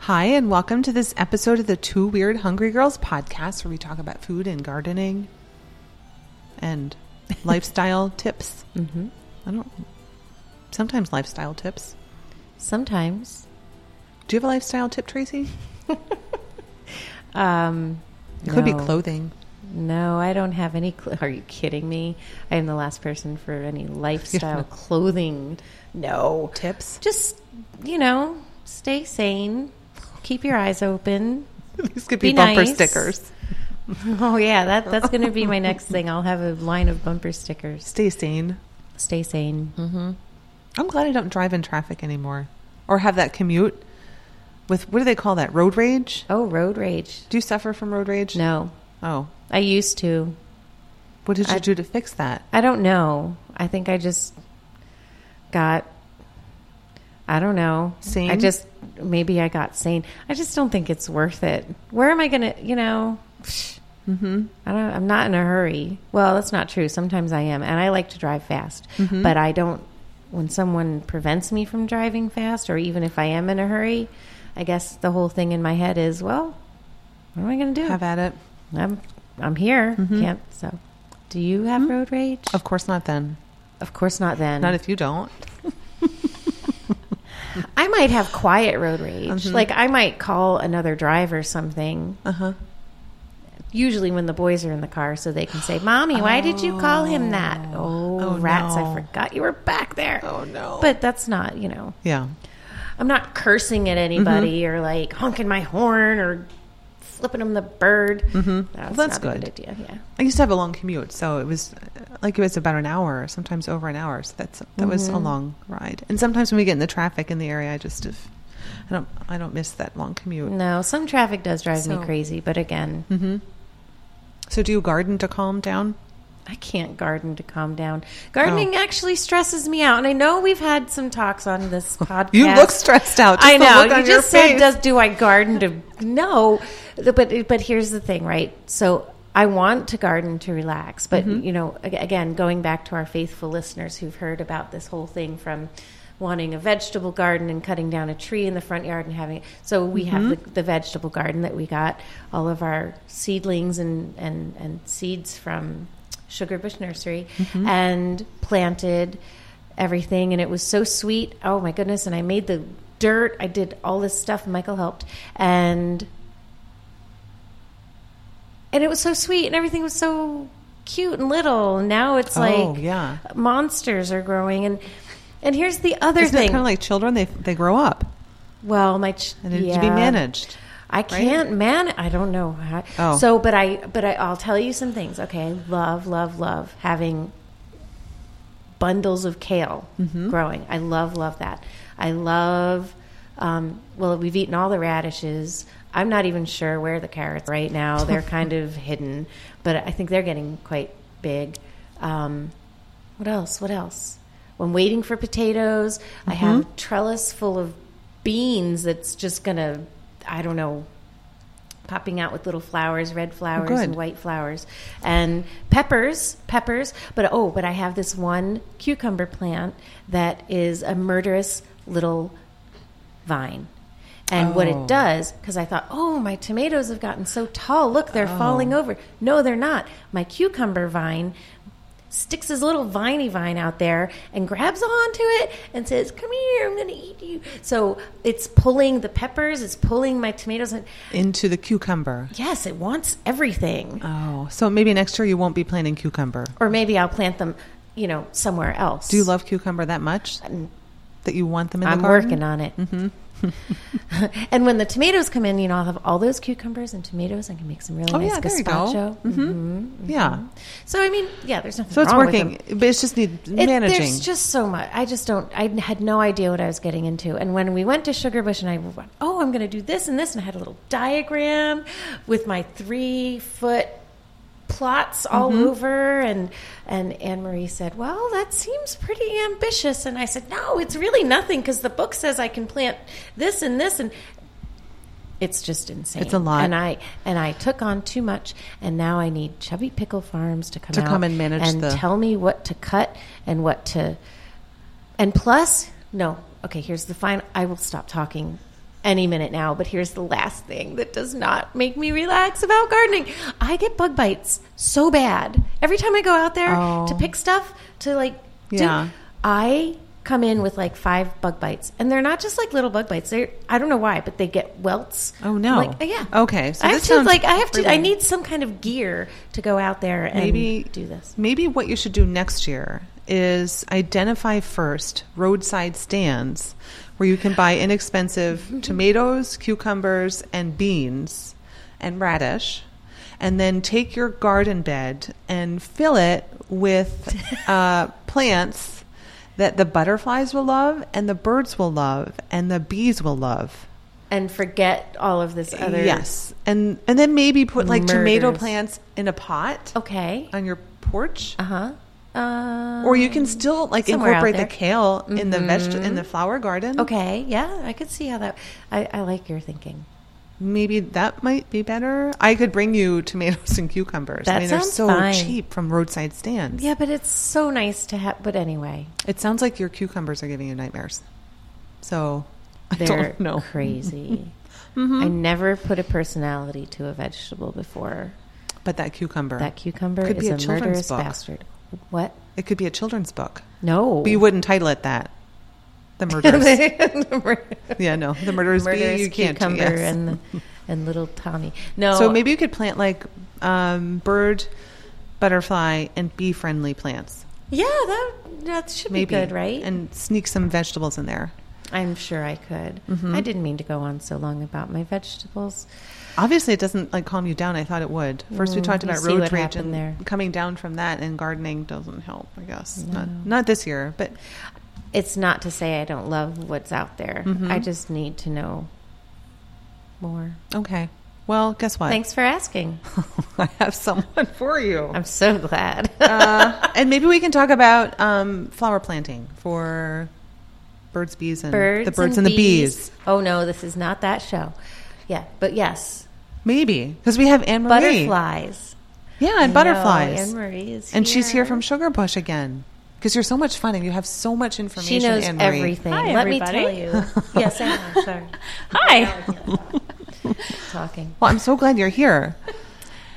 Hi, and welcome to this episode of the Two Weird Hungry Girls podcast, where we talk about food and gardening and lifestyle tips. Mhm. I don't. Sometimes lifestyle tips. Sometimes. Do you have a lifestyle tip, Tracy? Um, It could be no. clothing. No, I don't have any. Cl- Are you kidding me? I am the last person for any lifestyle clothing. No. Tips. Just, you know, stay sane. Keep your eyes open. These could be, Be bumper nice. stickers. Oh, yeah, that, that's going to be my next thing. I'll have a line of bumper stickers. Stay sane. Stay sane. I'm glad I don't drive in traffic anymore or have that commute with what do they call that? Road rage? Oh, road rage. Do you suffer from road rage? No, Oh. I used to. What did you I- do to fix that? I don't know. I think I just got. I don't know. Sane? I just maybe I got sane. I just don't think it's worth it. Where am I gonna? You know. Mm-hmm. I don't. I'm not in a hurry. Well, that's not true. Sometimes I am, and I like to drive fast, Mm-hmm. but I don't. When someone prevents me from driving fast, or even if I am in a hurry, I guess the whole thing in my head is, well, what am I going to do? Have Mm-hmm. at it. I'm I'm here. Can't so. Do you Mm-hmm. have road rage? Of course not then. Of course not then. Not if you don't. I might have quiet road rage. Mm-hmm. Like I might call another driver something. Uh-huh. Usually when the boys are in the car so they can say, "Mommy, why did you call him that?" Oh, Oh, rats, no. I forgot you were back there. Oh, no. But that's not, you know. Yeah. I'm not cursing at Mm-hmm. anybody or like honking my horn or flipping them the bird. Mm-hmm. That's, that's not a good. idea. Yeah. I used to have a long commute, so it was uh, like it was about an hour, sometimes over an hour. So that's that was Mm-hmm. a long ride. And sometimes when we get in the traffic in the area, I just if, I don't I don't miss that long commute. No, some traffic does drive So- me crazy, but again, So do you garden to calm down? I can't garden to calm down. Oh. Gardening actually stresses me out, and I know we've had some talks on this podcast. You look stressed out. Just I the know. look on you your just said, face. "Does do I garden to?" no, but but here's the thing, right? So I want to garden to relax, but Mm-hmm. you know, ag- again, going back to our faithful listeners who've heard about this whole thing from wanting a vegetable garden and cutting down a tree in the front yard and having so we Mm-hmm. have the, the vegetable garden that we got all of our seedlings and and and seeds from Sugarbush Nursery Mm-hmm. and planted everything and it was so sweet. Oh my goodness, and I made the dirt. I did all this stuff Michael helped and and it was so sweet and everything was so cute and little. Now it's Oh, like yeah. monsters are growing and and here's the other Isn't thing. kind of like children? They they grow up well, my ch- and it yeah. to be managed. I can't man. I don't know. How, Oh. So, but I, but I, I'll tell you some things. Okay, I love, love, love having bundles of kale growing. I love, love that. I love. Um, well, we've eaten all the radishes. I'm not even sure where the carrots are right now. They're kind of hidden, but I think they're getting quite big. Um, what else? What else? When waiting for potatoes, I have a trellis full of beans that's just gonna, I don't know, popping out with little flowers, red flowers and good. white flowers, and peppers, peppers. But oh, but I have this one cucumber plant that is a murderous little vine. And what Oh. it does, because I thought, oh, my tomatoes have gotten so tall. Look, they're Oh. falling over. No, they're not. My cucumber vine sticks his little viney vine out there and grabs onto it and says, Come here, I'm going to eat you. So it's pulling the peppers, it's pulling my tomatoes. And into the cucumber. yes, it wants everything. Oh, so maybe next year you won't be planting cucumber. Or maybe I'll plant them, you know, somewhere else. Do you love cucumber that much that you want them in the I'm garden? Mm-hmm. working on it. and when the tomatoes come in, you know, I'll have all those cucumbers and tomatoes. I can make some really Oh, nice yeah, there you go. gazpacho. Yeah, So I mean, yeah, there's nothing. so it's wrong with working, them. but it's just need It- managing. There's just so much. I just don't. I had no idea what I was getting into. And when we went to Sugarbush, and I went, oh, I'm going to do this and this, and I had a little diagram with my three foot plots all Mm-hmm. over and and Anne Marie said, "Well, that seems pretty ambitious." And I said, "No, it's really nothing because the book says I can plant this and this and it's just insane. It's a lot. And I and I took on too much and now I need Chubby Pickle Farms to come To out come and manage the- tell me what to cut and what to and plus, no. Okay, here's the final I will stop talking any minute now, but here's the last thing that does not make me relax about gardening. I get bug bites so bad. Every time I go out there Oh. to pick stuff, to like do- Yeah. I come in with like five bug bites, and they're not just like little bug bites. They are I don't know why, but they get welts. Oh, no. Like, yeah. Okay, so I have this to sounds like I have to. I really- need some kind of gear to go out there and maybe do this. Maybe what you should do next year is identify first roadside stands where you can buy inexpensive tomatoes, cucumbers, and beans and radish. And then take your garden bed and fill it with uh, plants that the butterflies will love, and the birds will love, and the bees will love. and forget all of this other. yes, and and then maybe put like tomato Murders. plants in a pot Okay. on your porch. Uh huh. Uh, or you can still like somewhere out incorporate the there. Mm-hmm. kale in the veg in the flower garden. Okay. Yeah, I could see how that. I, I like your thinking. maybe that might be better. I could bring you tomatoes and cucumbers. I That mean, sounds they're so fine. cheap from roadside stands. Yeah, but it's so nice to have. But anyway, It sounds like your cucumbers are giving you nightmares. So I they're don't know. Mm-hmm. crazy. I never put a personality to a vegetable before. But that cucumber, That cucumber Could is be a a, children's murderous book. bastard. What? it could be a children's book. No. But you wouldn't title it that. The murderers. yeah, no, the murderers. murderous bee, you can't. do, cucumber yes. and the, and little Tommy. No. so maybe you could plant like um, bird, butterfly, and bee friendly plants. Yeah, that that should maybe be good, right? And sneak some vegetables in there. I'm sure I could. I didn't mean to go on so long about my vegetables. Obviously, it doesn't like calm you down. I thought it would. First, we Mm, talked you about see road what rage and happened there. coming down from that, and gardening doesn't help. I guess not not this year, but It's not to say I don't love what's out there. I just need to know more. okay. Well, guess what? Oh. Thanks for asking. I have someone for you, I'm so glad. uh, and maybe we can talk about um, flower planting for birds, bees, and birds, the birds and, the bees. Oh no, this is not that show. Yeah, but yes, Maybe because we have Anne Marie, butterflies yeah, and Oh, butterflies, Anne Marie is, and she's here from Sugarbush again. Because you're so much fun and you have so much She information. knows Anne Marie. everything. Hi, Let me everybody. tell you. yes, Anne. Marie, Sorry, Hi. talking. Well, I'm so glad you're here.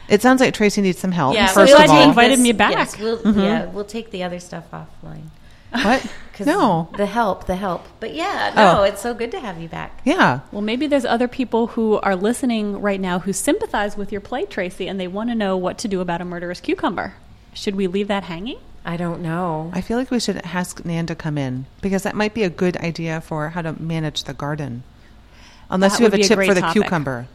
It sounds like Tracy needs some help. Yeah, first we'll of let you all, invite- invited me back. Yes, we'll, mm-hmm. Yeah, we'll take the other stuff offline. what? 'Cause No, the help, the help. But yeah, Oh. no, it's so good to have you back. yeah, Well, maybe there's other people who are listening right now who sympathize with your play, Tracy, and they want to know what to do about a murderous cucumber. Should we leave that hanging? I don't know. I feel like we should ask Nan to come in because that might be a good idea for how to manage the garden. Unless That you have would a be a tip great for the topic. cucumber,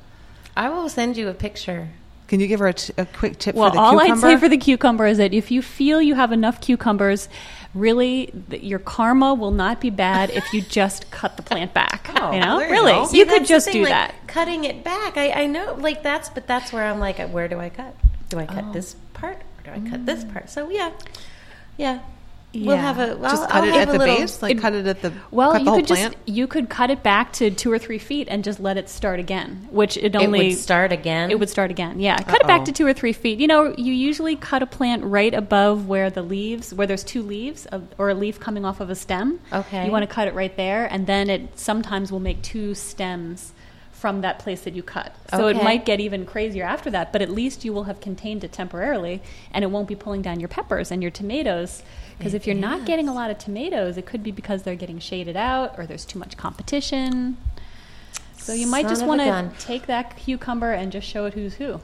I will send you a picture. can you give her a, t- a quick tip Well, for the all I'd cucumber? say for the cucumber is that if you feel you have enough cucumbers, really th- your karma will not be bad if you just cut the plant back. Oh, you know, there you really, go. you, See, could that's the just thing, do like, that. Cutting it back. I, I know, like that's, but that's where I'm like, where do I cut? Do I Oh. cut this part or do I cut this Mm. part? So yeah, yeah. We'll Yeah. have a. I'll, just cut I'll it have at a the little, base, like it- cut it at the Well, cut the you whole could plant. just you could cut it back to two or three feet and just let it start again, which it It only would start again. It would start again. Yeah. Cut it back Uh-oh. to two or three feet. You know, you usually cut a plant right above where the leaves, where there's two leaves of, or a leaf coming off of a stem. Okay. You want to cut it right there, and then it sometimes will make two stems from that place that you cut. So it Okay. might get even crazier after that, but at least you will have contained it temporarily, and it won't be pulling down your peppers and your tomatoes. Because if you're not getting a lot of tomatoes, it could be because they're getting shaded out or there's too much competition. So you might Son just of a want gun. to take that cucumber and just show it who's who.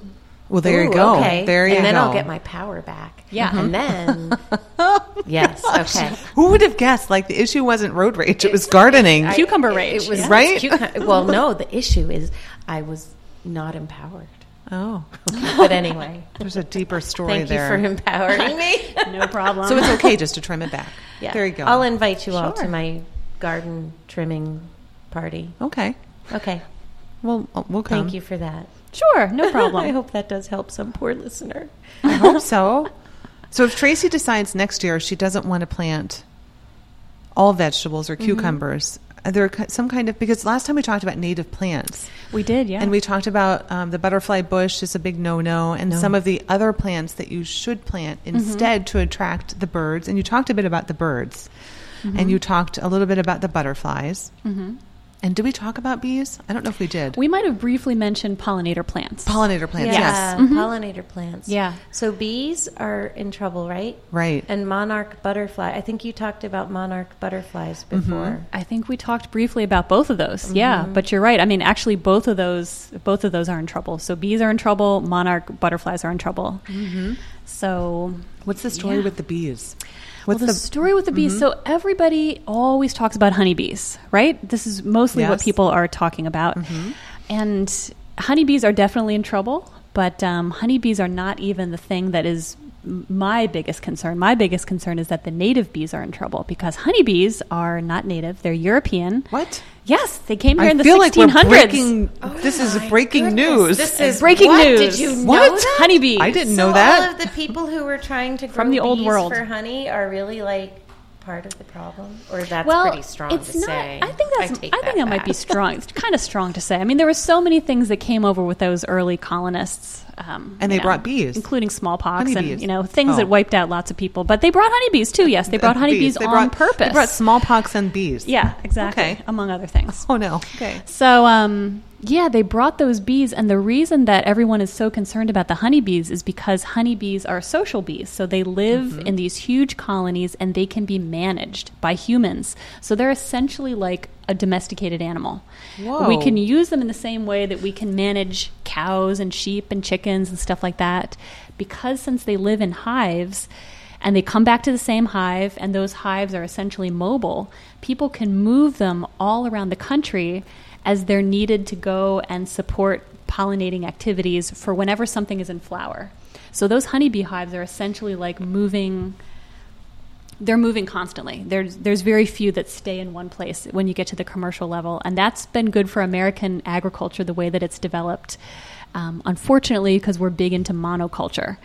well, there you Ooh, go. Okay. There you and go. Mm-hmm. then I'll get my power back. Yeah. And then yes. Okay. Who would have guessed? Like the issue wasn't road rage; it was gardening. Cucumber It- rage. It, was yeah. Right? cucum- well, no. The issue is I was not empowered. oh, But anyway, there's a deeper story thank you there. for empowering me. No problem. so it's okay just to trim it back. Yeah. There you go. I'll invite you all Sure. to my garden trimming party. okay. Okay. Well, uh, we'll come. Thank you for that. sure, no I problem. hope that does help some poor listener. I hope so. So if Tracy decides next year she doesn't want to plant all vegetables or Mm-hmm. cucumbers, are there ki- some kind of because last time we talked about native plants we did, yeah. and we talked about um, the butterfly bush is a big no-no and some of the other plants that you should plant Mm-hmm. instead to attract the Mm-hmm. birds and you talked a bit about the birds and you talked a little bit about the butterflies And did we talk about bees? I don't know if we did. We might have briefly mentioned pollinator plants. Pollinator plants, yes. Mm-hmm. Yeah, pollinator plants. Yeah. So bees are in trouble, right? Right. And monarch butterfly. I think you talked about monarch butterflies Mm-hmm. before. I think we talked briefly about both of those. Yeah, but you're right. I mean, actually, both of those both of those are in trouble. So bees are in trouble. Monarch butterflies are in trouble. Mm-hmm. So What's the story Yeah. with the bees? well, What's the, story with the bees. Mm-hmm. So everybody always talks about honeybees, right? This is mostly what Yes. Mm-hmm. people are talking about. And honeybees are definitely in trouble, but um, honeybees are not even the thing that is m- my biggest concern. My biggest concern is that the native bees are in trouble because honeybees are not native; they're European. What? Yes, they came here I in the feel 1600s. like we're breaking. this is breaking news. Oh This is breaking what? news. Did you know What? that? Honeybees. I didn't so know that. all of the people who were trying to grow From the old bees world. for honey are really like part of the problem, or that's well, pretty strong it's to not, say. I think that's. I, take think that might be back. strong. It's kind of strong to say. I mean, there were so many things that came over with those early colonists, um, And you they brought bees. including smallpox Honeybees. and you know things Oh. that wiped out lots of people. But they brought honeybees too. Yes, they brought Uh, honeybees They on brought- purpose. They brought smallpox and bees. yeah, exactly. Okay. Among other things. Oh no. Okay. So, um, yeah, they brought those bees, and the reason that everyone is so concerned about the honeybees is because honeybees are social bees. So they live in these huge colonies, and they can be managed by humans. So they're essentially like a domesticated animal. We Whoa. can use them in the same way that we can manage cows and sheep and chickens and stuff like that, because since they live in hives. And they come back to the same hive, and those hives are essentially mobile. People can move them all around the country as they're needed to go and support pollinating activities for whenever something is in flower. So those honeybee hives are essentially like moving they're moving constantly. There's there's very few that stay in one place when you get to the commercial level, and that's been good for American agriculture the way that it's developed. Um, unfortunately, because we're big into monoculture,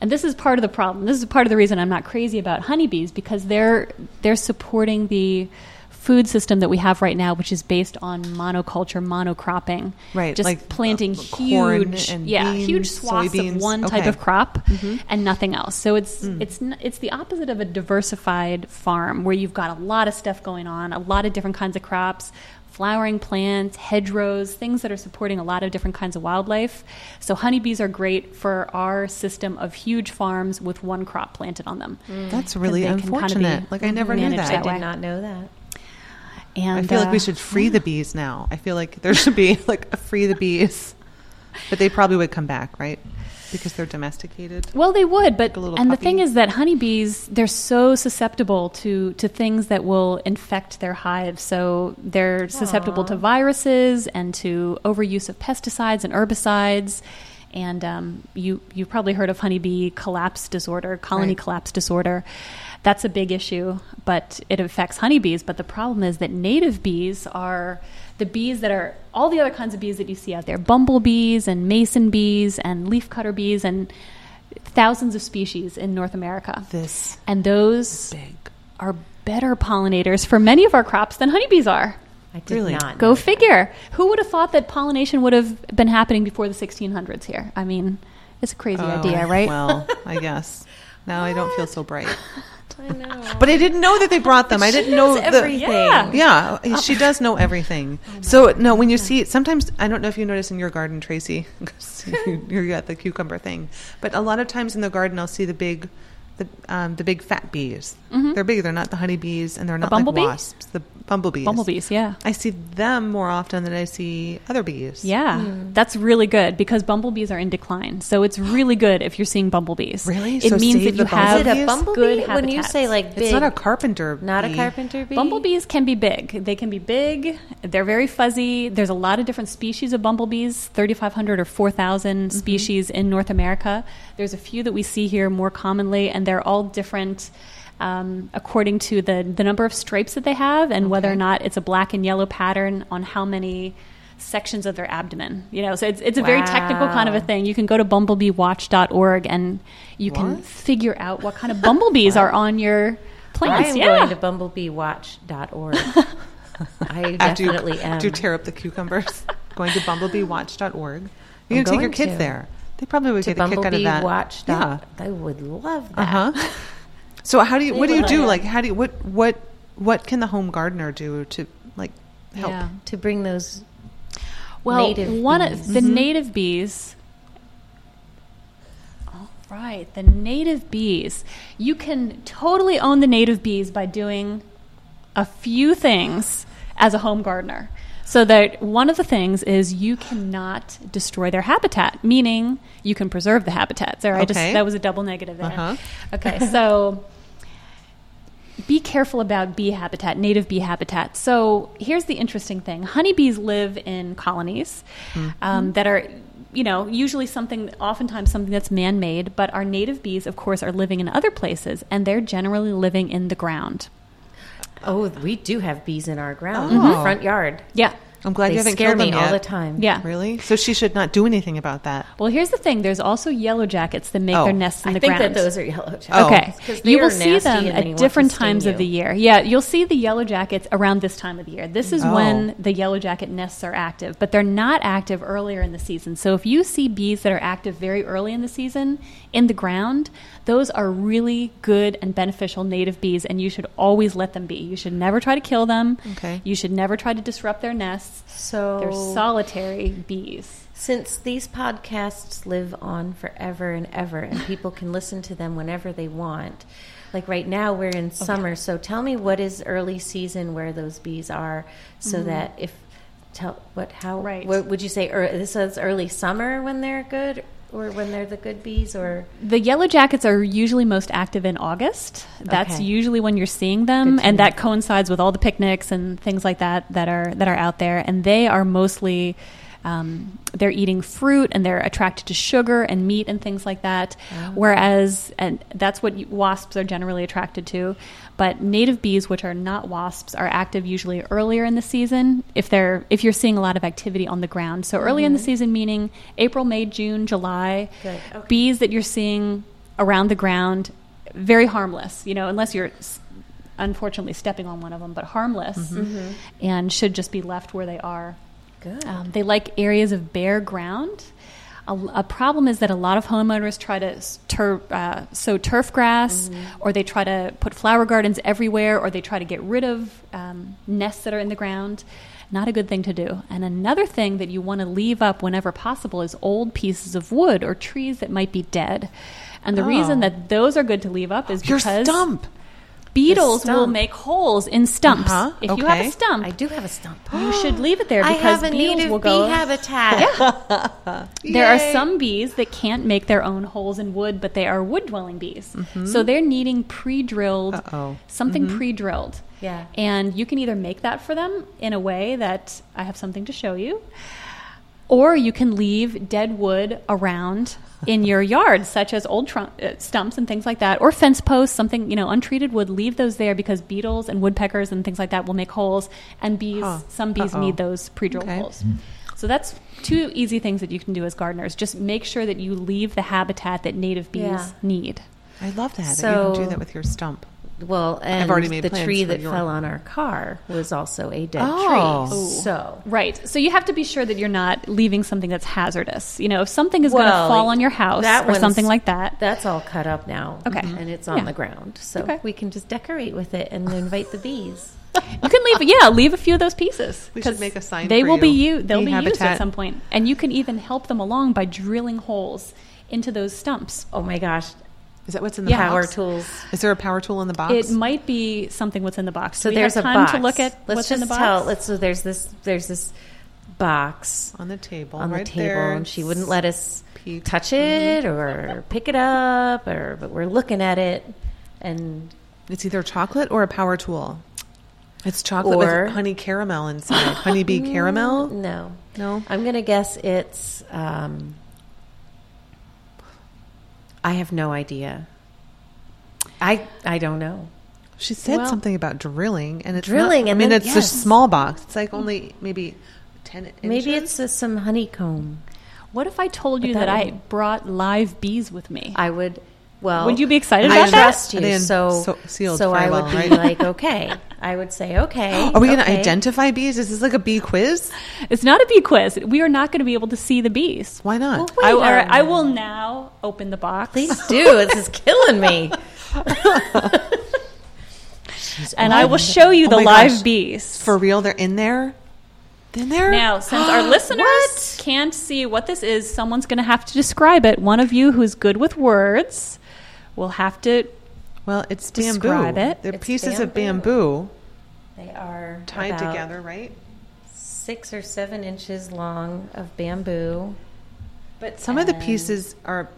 and this is part of the problem. This is part of the reason I'm not crazy about honeybees because they're they're supporting the food system that we have right now, which is based on monoculture, monocropping, Right, Just like, planting uh, corn huge, and yeah, huge beans, swaths soybeans. of one type Okay. of crop crop Mm-hmm. and nothing else. So it's Mm. it's n- it's the opposite of a diversified farm where you've got a lot of stuff going on, a lot of different kinds of crops, flowering plants, hedgerows, things that are supporting a lot of different kinds of wildlife. So honeybees are great for our system of huge farms with one crop planted on them. That's really Mm. they can kinda be unfortunate. Like I never knew managed that. I that did way. not know that. And I feel like we uh, should free the bees now. I feel like there should be like a free the bees, but they probably would come back, right? Because they're domesticated. Well, they would, but a and little the thing puppy. is that honeybees they're so susceptible to to things that will infect their hives. So they're susceptible to viruses and to overuse of pesticides and herbicides. And um, you you've probably heard of honeybee collapse disorder, colony Right. collapse disorder. That's a big issue, but it affects honeybees. But the problem is that native bees are the bees that are all the other kinds of bees that you see out there bumblebees and mason bees and leafcutter bees and thousands of species in North America. This And those big. are better pollinators for many of our crops than honeybees are. I did Really? not. Go figure. Who would have thought that pollination would have been happening before the 1600s here? I mean, it's a crazy idea, Oh, right? Well, I guess. Now I don't feel so bright. I know. But I didn't know that they brought them. I didn't know knows the- everything. Oh. Yeah. Yeah, she does know everything. so no, when you see sometimes I don't know if you notice in your garden, Tracy, 'cause you- you're at the cucumber thing, but a lot of times in the garden I'll see the big, the um, the big fat bees. Mm-hmm. They're big. They're not the honeybees, and they're not like bumblebee? wasps. The bumblebees. Bumblebees, yeah. I see them more often than I see other bees. Yeah, that's really good because bumblebees are in decline. So it's really good if you're seeing bumblebees. Really? It So means save that the you have is it a Obvious bumblebee? good when you habitats. say like big, It's not a carpenter. not a bee. carpenter bee. Bumblebees can be big. They can be big. They're very fuzzy. There's a lot of different species of bumblebees, 3,500 or 4,000 species in North America. There's a few that we see here more commonly, and they're all different um, according to the, the number of stripes that they have and whether or not it's a black and yellow pattern on how many sections of their abdomen. You know, so it's, it's a very technical kind of a Wow. thing. You can go to bumblebeewatch.org and you can What? figure out what kind of bumblebees are on your I plants. am yeah. going to bumblebeewatch.org. I After you, definitely am. after you tear up the cucumbers, going to bumblebeewatch.org. You're going to take your going kids to. there. They probably would to get a kick out of that. bumblebee.watch. Yeah. I would love Uh that. huh. So how do you? What do you will. do? Like how do you? What what what can the home gardener do to like help. Yeah. to bring those. Well, native one bees. Mm-hmm. of the native bees. All right, the native bees. You can totally own the native bees by doing a few things as a home gardener. So that one of the things is you cannot destroy their habitat, meaning you can preserve the habitat. There, I just Okay. that was a double negative there. Uh-huh. Okay, so be careful about bee habitat, native bee habitat. So here's the interesting thing: honeybees live in colonies Mm-hmm. um, that are, you know, usually something, oftentimes something that's man-made. But our native bees, of course, are living in other places, and they're generally living in the ground. Oh, we do have bees in our ground, in Oh. our front yard. Yeah, I'm glad They you haven't scare killed me them all yet. the time. yeah. Really? So she should not do anything about that. Well, here's the thing: there's also yellow jackets that make Oh. their nests in I the think ground. that those are yellow jackets. Oh. Okay. 'Cause they You are will see nasty them and then you at want to different sting times of you. the year. Yeah, you'll see the yellow jackets around this time of the year. This is Oh. when the yellow jacket nests are active, but they're not active earlier in the season. So if you see bees that are active very early in the season in the ground, those are really good and beneficial native bees and you should always let them be. You should never try to kill them. Okay. You should never try to disrupt their nests. So They're solitary bees. Since these podcasts live on forever and ever, and people can listen to them whenever they want, like right now we're in summer, so tell me what is early season where those bees are, so that if tell what how Mm-hmm. Right. what would you say? ear- This is early summer when they're good, or when they're the good bees, or The yellow jackets are usually most active in August. That's Okay. usually when you're seeing them, Good to and know. that coincides with all the picnics and things like that that are that are out there. And they are mostly um, they're eating fruit and they're attracted to sugar and meat and things like that. Oh. Whereas, and that's what you- wasps are generally attracted to. But native bees, which are not wasps, are active usually earlier in the season if they're if you're seeing a lot of activity on the ground. So early in Mm-hmm. the season, meaning April, May, June, July Good. Okay. bees that you're seeing around the ground very harmless you know unless you're s- unfortunately stepping on one of them but harmless Mm-hmm. and should just be left where they are good. um, they like areas of bare ground a, a problem is that a lot of homeowners try to s- tur- uh, sow turf grass Mm-hmm. or they try to put flower gardens everywhere or they try to get rid of um, nests that are in the ground not a good thing to do. And another thing that you want to leave up whenever possible is old pieces of wood or trees that might be dead. And the reason that those are good to leave up is Your because stump. beetles The stump. will make holes in stumps. Uh-huh, If you have okay. a stump, I do have a stump. you should leave it Um, there I because have a beetles native will bee go. habitat. There are Yay. some bees that can't make their own holes in wood, but they are wood dwelling bees. So they're needing pre drilled, Mm-hmm. Uh-oh. Mm-hmm. something pre drilled. Yeah. And you can either make that for them in a way that I have something to show you, or you can leave dead wood around in your yard, such as old trunk, uh, stumps and things like that, or fence posts, something, you know, untreated wood. Leave those there because beetles and woodpeckers and things like that will make holes, and bees, Huh. some bees Uh-oh. need those pre drilled Okay. holes. So that's two easy things that you can do as gardeners. Just make sure that you leave the habitat that native bees Yeah. need. I love that. that you can So- do that with your stump. Well, and already made the plans tree for that your- fell on our car was also a dead Oh. tree. So Right. So you have to be sure that you're not leaving something that's hazardous. You know, if something is going to Well, fall on your house that or one's- something like that. That's all cut up now. Okay. And it's on Yeah. the ground. So Okay. we can just decorate with it and invite the bees. You can leave, yeah, leave a few of those pieces. We should 'cause make a sign They for will be you. you. They'll Bee be used habitat. at some point, and you can even help them along by drilling holes into those stumps. Oh my gosh. Is that what's in the Yeah. Power box? tools. Is there a power tool in the box? It might be something what's in the box. So Do we there's have a time box. to look at let's what's just in the box. tell let's so there's this there's this box on the table. on right the table there. and she wouldn't let us Peek. touch it or pick it up or but we're looking at it and It's either chocolate or a power tool. It's chocolate Or- Mm, with honey caramel inside. Honeybee caramel? no. No. I'm gonna guess it's um I have no idea. I I don't know. She said Well- something about drilling, and it's Drilling, Not, I and mean, then- it's yes. a small box. It's like only maybe ten inches. Maybe it's just some honeycomb. What if I told But you that that, I would- brought live bees with me? I would. Well, Would you be excited I about that? trust Are they you, in so so- sealed so very I would well, be right? like, okay. I would say, okay. Are we going to okay. identify bees? Is this like a bee quiz? It's not a bee quiz. We are not going to be able to see the bees. Why not? Well, wait I, a all right, I minute. will now open the box. Please do. This is killing me. And I will show you Oh the my live gosh. bees. Oh For real, they're in there. Then there. Now, since our listeners What? can't see what this is, someone's going to have to describe it. One of you who's good with words will have to. well, it's bamboo. Describe it. They're It's pieces of bamboo. bamboo They are tied about together, right? six or seven inches long of bamboo. But some of the and- pieces are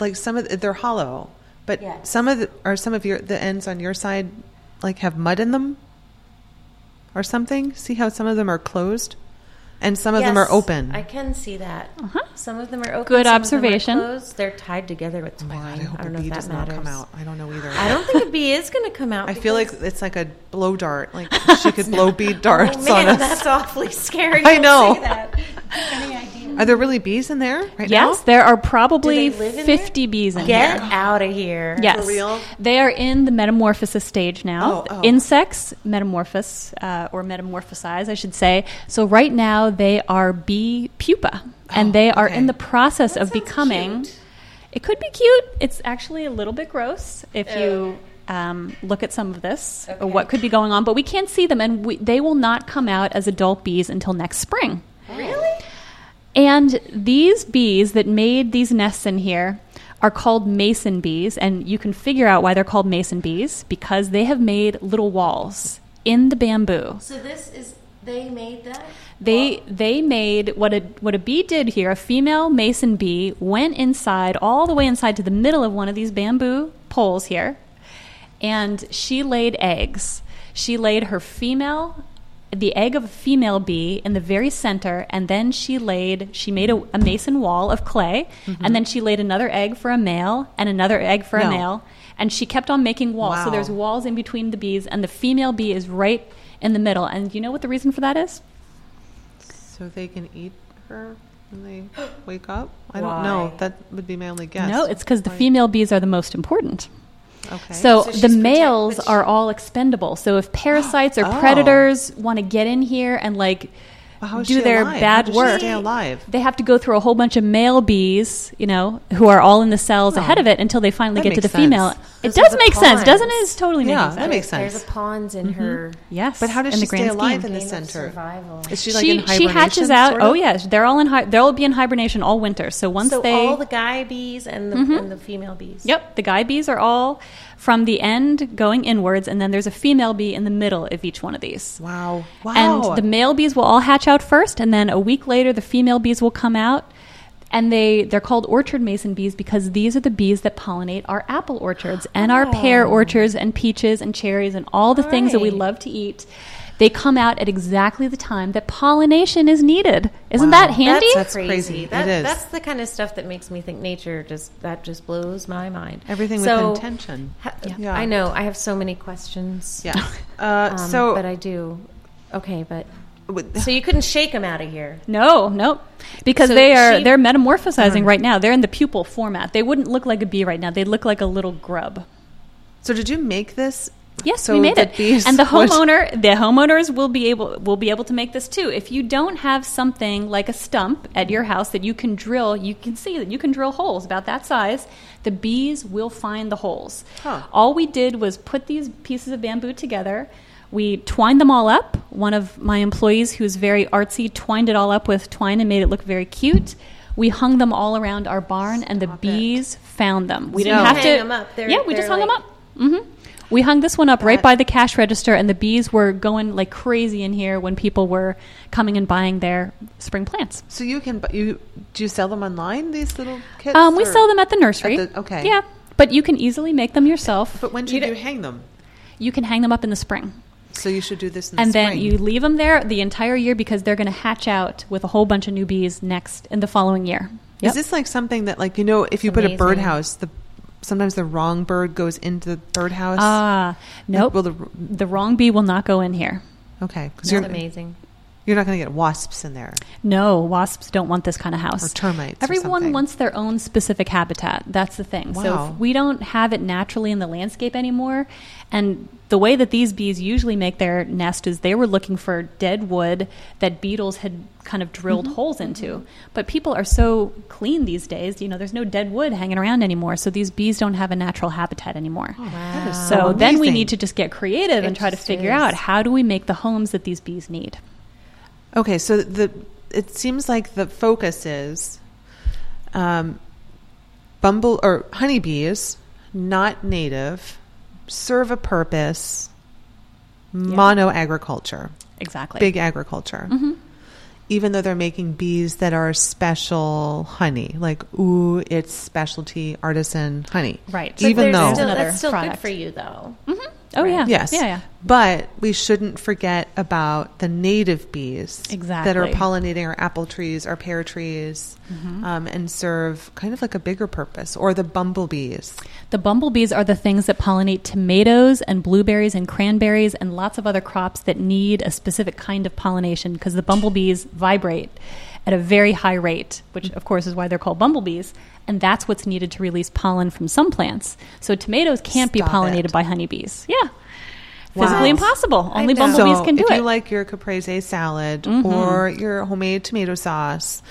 like some of the, they're hollow, but Yeah. some of the, are some of your the ends on your side like have mud in them or something. See how some of them are closed and some of them are Yes, open. I can see that. Uh-huh. Some of them are open. some of Good them are observation. closed. They're tied together with Oh my twine. God, I hope don't a know bee if that does matters. not come out. I don't know either. I don't think a bee is going to come out. I feel like because- it's like a blow dart. Like she could blow bee darts oh man, on us. that's awfully scary. I Don't know. say that. Are there really bees in there right yes, there are probably Do they live in 50 bees in Get here. out of here. Yes. real? They are in the metamorphosis stage now. Oh, oh. Insects metamorphose, uh, or metamorphosize, I should say. So right now they are bee pupa, and Oh, they are okay. in the process That of sounds becoming. cute. It could be cute. It's actually a little bit gross if you um, look at some of this, or what Oh. Okay. could be going on, but we can't see them, and we, they will not come out as adult bees until next spring. Really? And these bees that made these nests in here are called mason bees, and you can figure out why they're called mason bees because they have made little walls in the bamboo. So this is they made that. They they made what a what a bee did here. A female mason bee went inside all the way inside to the middle of one of these bamboo poles here, and she laid eggs. She laid her female, the egg of a female bee in the very center, and then she laid. She made a, a mason wall of clay, and then she laid another egg for a male and another egg for a No. male, and she kept on making walls. So Wow. there's walls in between the bees, and the female bee is right in the middle. And you know what the reason for that is? So they can eat her when they wake up? I don't know. Why? That would be my only guess. No, it's because the Why- female bees are the most important. Okay. So, So she's the protect- males but she- are all expendable. So if parasites or Oh. predators want to get in here and like Well, how is do she their alive? How bad does she work, stay alive? they have to go through a whole bunch of male bees, you know, who are all in the cells ahead of it until they finally That get to the makes sense. female. It Those are does the make sense, doesn't it? pawns. It's totally Yeah, making sense. that makes There's sense. a pawns in Mm-hmm. her yes, But how does in she the grand stay alive scheme. in the game of center? survival. Is she like she, in hibernation? she hatches out. sort of? Oh yeah, they're all in. Hi- they'll be in hibernation all winter. So once so they all the guy bees and the, and the female bees. Mm-hmm. Yep, the guy bees are all from the end going inwards, and then there's a female bee in the middle of each one of these. Wow. Wow. And the male bees will all hatch out first, and then a week later, the female bees will come out. And they, they're called orchard mason bees because these are the bees that pollinate our apple orchards and our pear Oh. orchards and peaches and cherries and all the All things that we right. love to eat. They come out at exactly the time that pollination is needed. Isn't that handy? That's crazy. It That, is. That's the kind of stuff that makes me think nature just that just blows my mind. Everything with so, intention. ha- Yeah. I know. I have so many questions. Yeah. Uh, Um, so, but I do. Okay, but with- so you couldn't shake them out of here. No, no, because So they are she- Uh-huh. they're metamorphosizing right now. They're in the pupal format. They wouldn't look like a bee right now. They look like a little grub. so did you make this? Yes, so we made the it. bees And the would- homeowner, the homeowners will be able will be able to make this too. If you don't have something like a stump at your house that you can drill, you can see that you can drill holes about that size. The bees will find the holes. Huh. All we did was put these pieces of bamboo together. We twined them all up. One of my employees, who's very artsy, twined it all up with twine and made it look very cute. We hung them all around our barn, and the Stop it. bees found them. We So didn't you have to. hang 'em up. They're- yeah, we they're just hung them like- up. hmm We hung this one up right That- by the cash register, and the bees were going like crazy in here when people were coming and buying their spring plants. So you can bu- you do you sell them online? These little kits. Um, we or- sell them at the nursery. at the- okay. Yeah, but you can easily make them yourself. But when should you, hang them? You can hang them up in the spring, So you should do this in the and spring. then you leave them there the entire year because they're going to hatch out with a whole bunch of new bees next in the following year. Yep. Is this like something that like you know if you put a Amazing. birdhouse the sometimes the wrong bird goes into the birdhouse. Ah, nope. will the, the- wrong bee will not go in here. okay, because That's you're amazing. you're not going to get wasps in there. No, wasps don't want this kind of house. Or termites or Everyone something. wants their own specific habitat. That's the thing. So Wow. if we don't have it naturally in the landscape anymore, and the way that these bees usually make their nest is they were looking for dead wood that beetles had kind of drilled Mm-hmm. holes into. But people are so clean these days, you know, there's no dead wood hanging around anymore. So these bees don't have a natural habitat anymore. That is So then we Oh, amazing. need to just get creative It and try to just figure is. out how do we make the homes that these bees need. Okay, so the it seems like the focus is um, bumble or honeybees, not native, serve a purpose, mono agriculture, Exactly. big agriculture. Even though they're making bees that are special honey, like ooh, it's specialty artisan honey, Right. But Even there's though Hmm? still, Another that's still product. good for you, though. Oh yeah. Yes. Yeah. Yeah. But we shouldn't forget about the native bees that are Exactly. Mm-hmm. pollinating our apple trees, our pear trees, um, and serve kind of like a bigger purpose, or the bumblebees. The bumblebees are the things that pollinate tomatoes and blueberries and cranberries and lots of other crops that need a specific kind of pollination because the bumblebees vibrate at a very high rate, which of course is why they're called bumblebees. And that's what's needed to release pollen from some plants. So tomatoes can't be Stop pollinated it. by honeybees. Yeah. Wow. Physically impossible. I Only know. bumblebees so can if do it. Mm-hmm. you like your caprese salad or your homemade tomato sauce,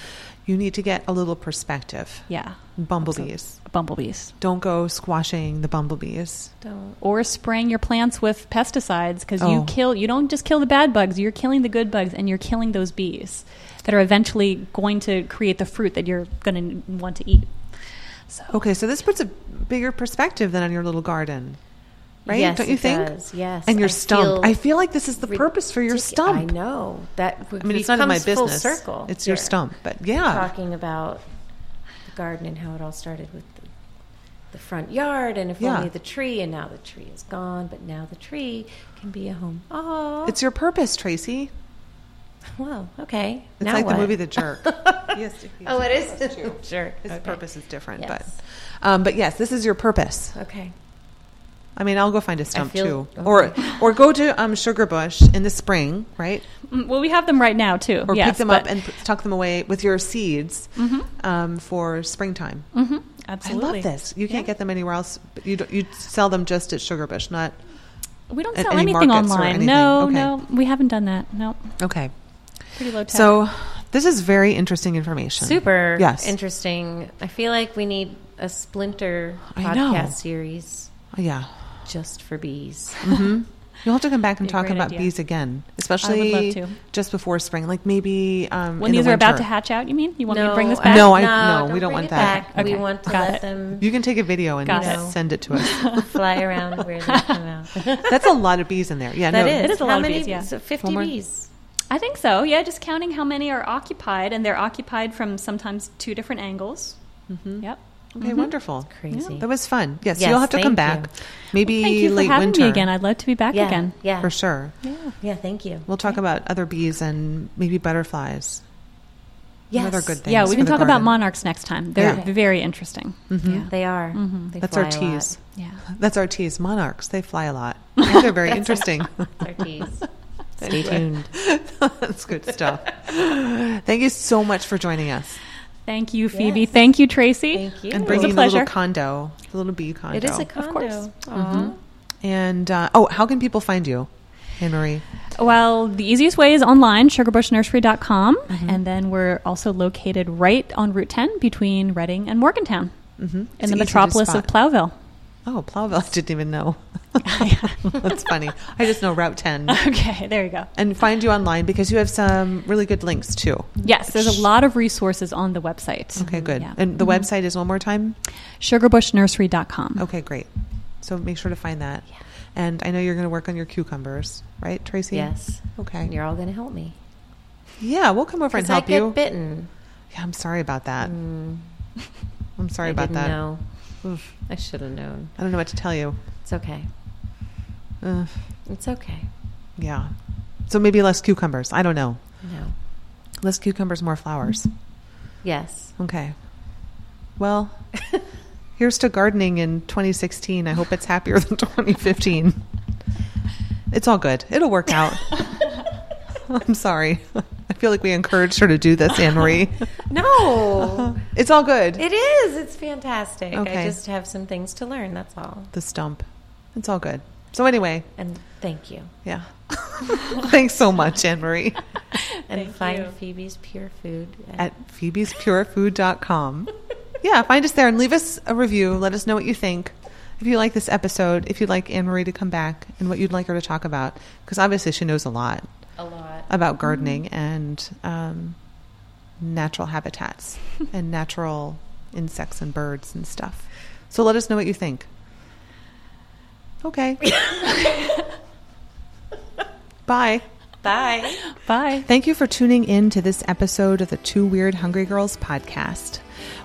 you need to get a little perspective. yeah. Bumblebees. Bumblebees. Don't go squashing the bumblebees. Don't. or spraying your plants with pesticides because Oh. you kill you don't just kill the bad bugs you're killing the good bugs and you're killing those bees that are eventually going to create the fruit that you're going to want to eat so Okay, so this puts a bigger perspective than on your little garden, right? Yes, Don't you it think? does. Yes. And your I stump. feel I feel like this is the ridic- purpose for your stump. I know that. I mean, it's not in my business. Full circle. It's your here. stump, but yeah, Talking about the garden and how it all started with the, the front yard, and if Yeah. only the tree, and now the tree is gone, but now the tree can be a home. Oh, it's your purpose, Tracy. well, okay. It's now like what? the movie The Jerk. yes, Oh, it is sure. His okay. purpose is different, Yes. but um, but yes, this is your purpose. Okay. I mean, I'll go find a stump feel- too, or or go to um, sugar bush in the spring, right? Mm, well we have them right now too Or yes, pick them but- up and p- tuck them away with your seeds Mm-hmm. um, for springtime. Mm-hmm. absolutely I love this. You can't Yeah. get them anywhere else. But you don't, you sell them just at Sugar Bush, not we don't at sell any anything markets or online anything. no Okay. no we haven't done that no okay. pretty low tech So this is very interesting information. Super Yes. interesting. I feel like we need a splinter I know. podcast series Oh, Yeah. just for bees. You'll have to come back and Be a talk great about idea. bees again, especially love to. just before spring, like maybe um, when in the these are about winter. to hatch out you mean you want me to bring this I- back No, I- no, we don't bring want it that. back. We Okay. want to Got let it. them You can take a video and Got it. send it to us. fly around where they come out. That That's a lot of bees in there. Yeah, no, is. it is a How lot of many bees, yeah. so 50 One more. bees. I think so. Yeah, just counting how many are occupied, and they're occupied from sometimes two different angles. Mm-hmm. Yep. Okay, Mm-hmm. wonderful. Crazy. That was fun. Yes, Yes, you'll have to come thank back. you. Maybe Thank you for late having winter me again. I'd love to be back yeah. again. Yeah. for sure. Yeah, thank you. We'll talk about other bees and maybe butterflies. Yes. Another good thing. yeah, Thanks we for can the talk about garden. monarchs next time. They're Yeah. Mm. very interesting. Yeah. Mm-hmm. They are. Mm-hmm. They That's our fly a lot. tease. Yeah. That's our tease. Monarchs, they fly a lot. And they're very interesting. That's our tease. Stay tuned. That's good stuff. Thank you so much for joining us Thank you, Phoebe. Yes. Thank you, Tracy. Thank you. and bring- bringing a the little pleasure. condo, the little bee condo. it is a course. condo. Mm-hmm. and uh, oh, how can people find you, Anne Marie? Well, the easiest way is online, sugarbushnursery.com. Mm-hmm. And then we're also located right on Route 10 between Reading and Morgantown Mm-hmm. in the metropolis of Plowville. Oh, Plowville. I didn't even know. That's funny. I just know Route 10. okay, there you go. Mm-hmm. And find you online because you have some really good links too. Yes, there's a lot of resources on the website. Okay, good. Mm-hmm. Yeah. Mm-hmm. And the website is one more time? Sugarbushnursery.com. Okay, great. So make sure to find that. And I know you're going to work on your cucumbers, right, Tracy? Yes. Okay. And you're all going to help me. Yeah, we'll come over and 'Cause I help get you. bitten. Yeah, I'm sorry about that. I'm sorry I about didn't that. know. Oof. I should have known. I don't know what to tell you. It's okay. Uh, It's okay. yeah. So maybe less cucumbers. I don't know. No. Less cucumbers, more flowers. Yes. Okay. Well, here's to gardening in 2016. I hope it's happier than 2015. It's all good. It'll work out. I'm sorry. I feel like we encouraged her to do this, Anne Marie. No. It's all good. it is. It's fantastic. Okay. I just have some things to learn. That's all. the stump. It's all good. So, anyway, And thank you. yeah. Thanks so much, Anne Marie, And Thank find you. Phoebe's Pure Food at phoebespurefood.com. Yeah, find us there and leave us a review. Let us know what you think. If you like this episode, if you'd like Anne Marie to come back, and what you'd like her to talk about, because obviously she knows a lot. a lot. about gardening and um, natural habitats and natural insects and birds and stuff. So let us know what you think. Okay. Bye. Bye. Bye. Thank you for tuning in to this episode of the Two Weird Hungry Girls podcast.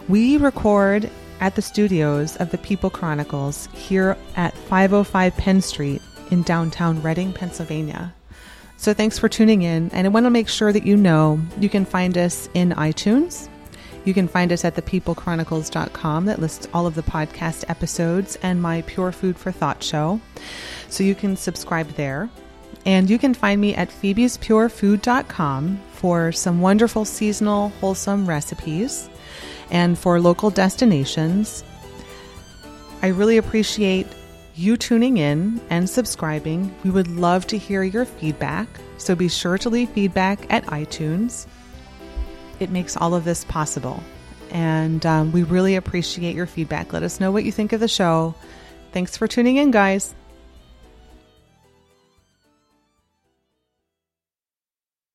We record at the studios of the People Chronicles here at 505 Penn Street in downtown Reading, Pennsylvania. So thanks for tuning in. And I want to make sure that you know you can find us in iTunes. You can find us at thepeoplechronicles.com that lists all of the podcast episodes and my Pure Food for Thought show. So you can subscribe there. And you can find me at phoebespurefood.com for some wonderful seasonal, wholesome recipes and for local destinations. I really appreciate you tuning in and subscribing. We would love to hear your feedback, so be sure to leave feedback at iTunes. It makes all of this possible. And um, we really appreciate your feedback. Let us know what you think of the show. Thanks for tuning in, guys.